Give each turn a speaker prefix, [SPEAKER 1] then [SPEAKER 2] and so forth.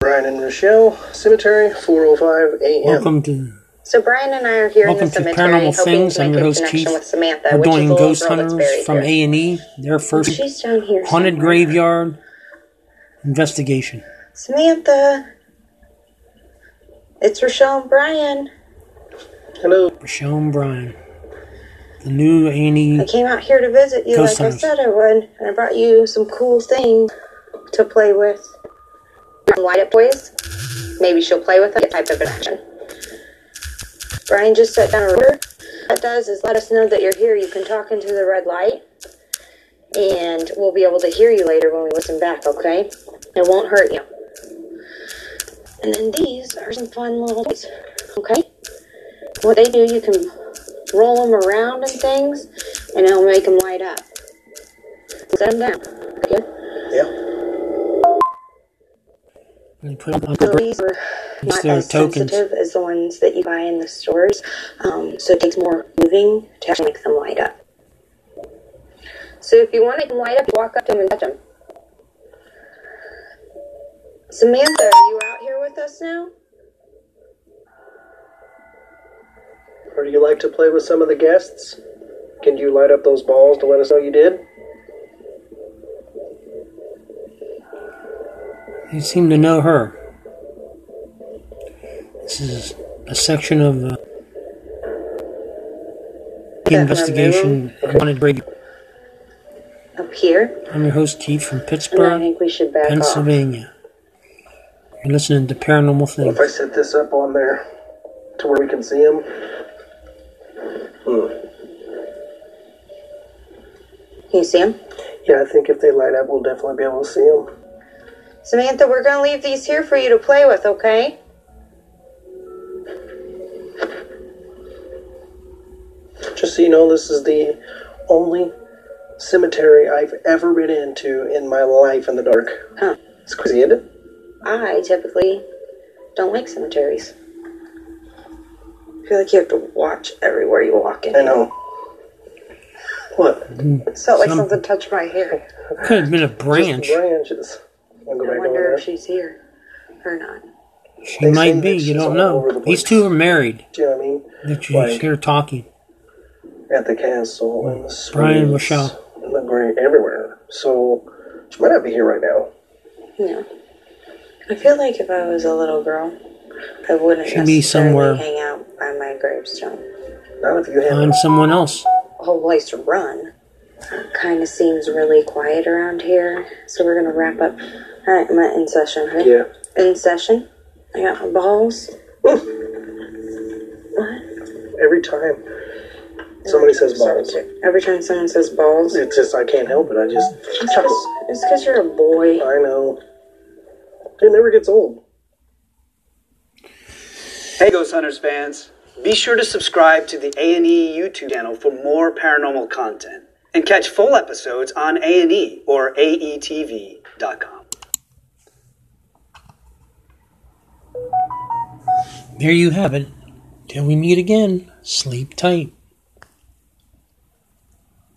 [SPEAKER 1] Brian and Rochelle Cemetery, 4:05 a.m.
[SPEAKER 2] Welcome to.
[SPEAKER 3] So Brian and I are here
[SPEAKER 2] Welcome
[SPEAKER 3] in
[SPEAKER 2] to
[SPEAKER 3] the cemetery,
[SPEAKER 2] Paranormal
[SPEAKER 3] hoping
[SPEAKER 2] Things.
[SPEAKER 3] to make
[SPEAKER 2] I'm your
[SPEAKER 3] a
[SPEAKER 2] host,
[SPEAKER 3] connection
[SPEAKER 2] Keith.
[SPEAKER 3] with Samantha,
[SPEAKER 2] We're
[SPEAKER 3] which is
[SPEAKER 2] doing
[SPEAKER 3] the little
[SPEAKER 2] Ghost
[SPEAKER 3] girl that's
[SPEAKER 2] Hunters
[SPEAKER 3] buried
[SPEAKER 2] from
[SPEAKER 3] here.
[SPEAKER 2] A and E. Their first
[SPEAKER 3] She's down here.
[SPEAKER 2] haunted
[SPEAKER 3] somewhere.
[SPEAKER 2] graveyard investigation.
[SPEAKER 3] Samantha, it's Rochelle and Brian.
[SPEAKER 1] Hello.
[SPEAKER 2] Rochelle and Brian, the new A and
[SPEAKER 3] I
[SPEAKER 2] E.
[SPEAKER 3] came out here to visit you,
[SPEAKER 2] Ghost
[SPEAKER 3] like I
[SPEAKER 2] hunters.
[SPEAKER 3] said I would, and I brought you some cool things to play with. Some light up toys. Maybe she'll play with them. Get type of an action. Brian just set down a ruler. What that does is let us know that you're here. You can talk into the red light, and we'll be able to hear you later when we listen back. Okay? It won't hurt you. And then these are some fun little toys. Okay? What they do, you can roll them around and things, and it'll make them light up. Set them down. Okay?
[SPEAKER 1] Yeah.
[SPEAKER 2] They put up on
[SPEAKER 3] So
[SPEAKER 2] the
[SPEAKER 3] these are not
[SPEAKER 2] their
[SPEAKER 3] as
[SPEAKER 2] tokens.
[SPEAKER 3] sensitive as the ones that you buy in the stores, um, so it takes more moving to actually make them light up. So if you want to light up, walk up to them and touch them. Samantha, are you out here with us now?
[SPEAKER 1] Or do you like to play with some of the guests? Can you light up those balls to let us know you did?
[SPEAKER 2] They seem to know her. This is a section of uh, the investigation haunted graveyard.
[SPEAKER 3] Up here?
[SPEAKER 2] I'm your host Keith from
[SPEAKER 3] And I
[SPEAKER 2] Pittsburgh,
[SPEAKER 3] think we should back off.
[SPEAKER 2] Pennsylvania. You're listening to Paranormal Things.
[SPEAKER 1] If I set this up on there to where we can see Hmm. them.
[SPEAKER 3] Can you see them?
[SPEAKER 1] Yeah, I think if they light up, we'll definitely be able to see them.
[SPEAKER 3] Samantha, we're going to leave these here for you to play with, okay?
[SPEAKER 1] Just so you know, this is the only cemetery I've ever been into in my life in the dark.
[SPEAKER 3] Huh.
[SPEAKER 1] It's crazy, isn't it?
[SPEAKER 3] I typically don't like cemeteries. I feel like you have to watch everywhere you walk in.
[SPEAKER 1] I know. What?
[SPEAKER 3] It felt like
[SPEAKER 2] Some-
[SPEAKER 3] something touched my hair.
[SPEAKER 2] Could have been a branch.
[SPEAKER 1] Branches. I'll go
[SPEAKER 3] I
[SPEAKER 1] back over
[SPEAKER 3] wonder
[SPEAKER 1] there.
[SPEAKER 3] if she's here or not.
[SPEAKER 2] She might
[SPEAKER 1] seem
[SPEAKER 2] be.
[SPEAKER 1] that
[SPEAKER 2] You
[SPEAKER 1] she's
[SPEAKER 2] don't
[SPEAKER 1] all over
[SPEAKER 2] know.
[SPEAKER 1] the place.
[SPEAKER 2] These two are married.
[SPEAKER 1] Do you know what I mean?
[SPEAKER 2] That you
[SPEAKER 1] Like-
[SPEAKER 2] hear talking.
[SPEAKER 1] At the castle and the suites,
[SPEAKER 2] Brian Rochelle.
[SPEAKER 1] and the great everywhere. So she might not be here right now.
[SPEAKER 3] No. I feel like if I was a little girl, I wouldn't
[SPEAKER 2] She'd be
[SPEAKER 3] necessarily
[SPEAKER 2] somewhere.
[SPEAKER 3] hang out by my gravestone.
[SPEAKER 1] Not if you have
[SPEAKER 2] Find someone else.
[SPEAKER 3] A whole place to run. Kind of seems really quiet around here. So we're going to wrap up. All right, I'm in session, right?
[SPEAKER 1] Yeah.
[SPEAKER 3] In session. I got my balls. what?
[SPEAKER 1] Every time somebody says balls,
[SPEAKER 3] Every time someone says balls, it's
[SPEAKER 1] it's just I can't help it. I just
[SPEAKER 3] because you're a boy.
[SPEAKER 1] I know. It never gets old.
[SPEAKER 4] Hey, Ghost Hunters fans! Be sure to subscribe to the A&E YouTube channel for more paranormal content and catch full episodes on A&E or E aetv.com.
[SPEAKER 2] There you have it. Till we meet again, sleep tight.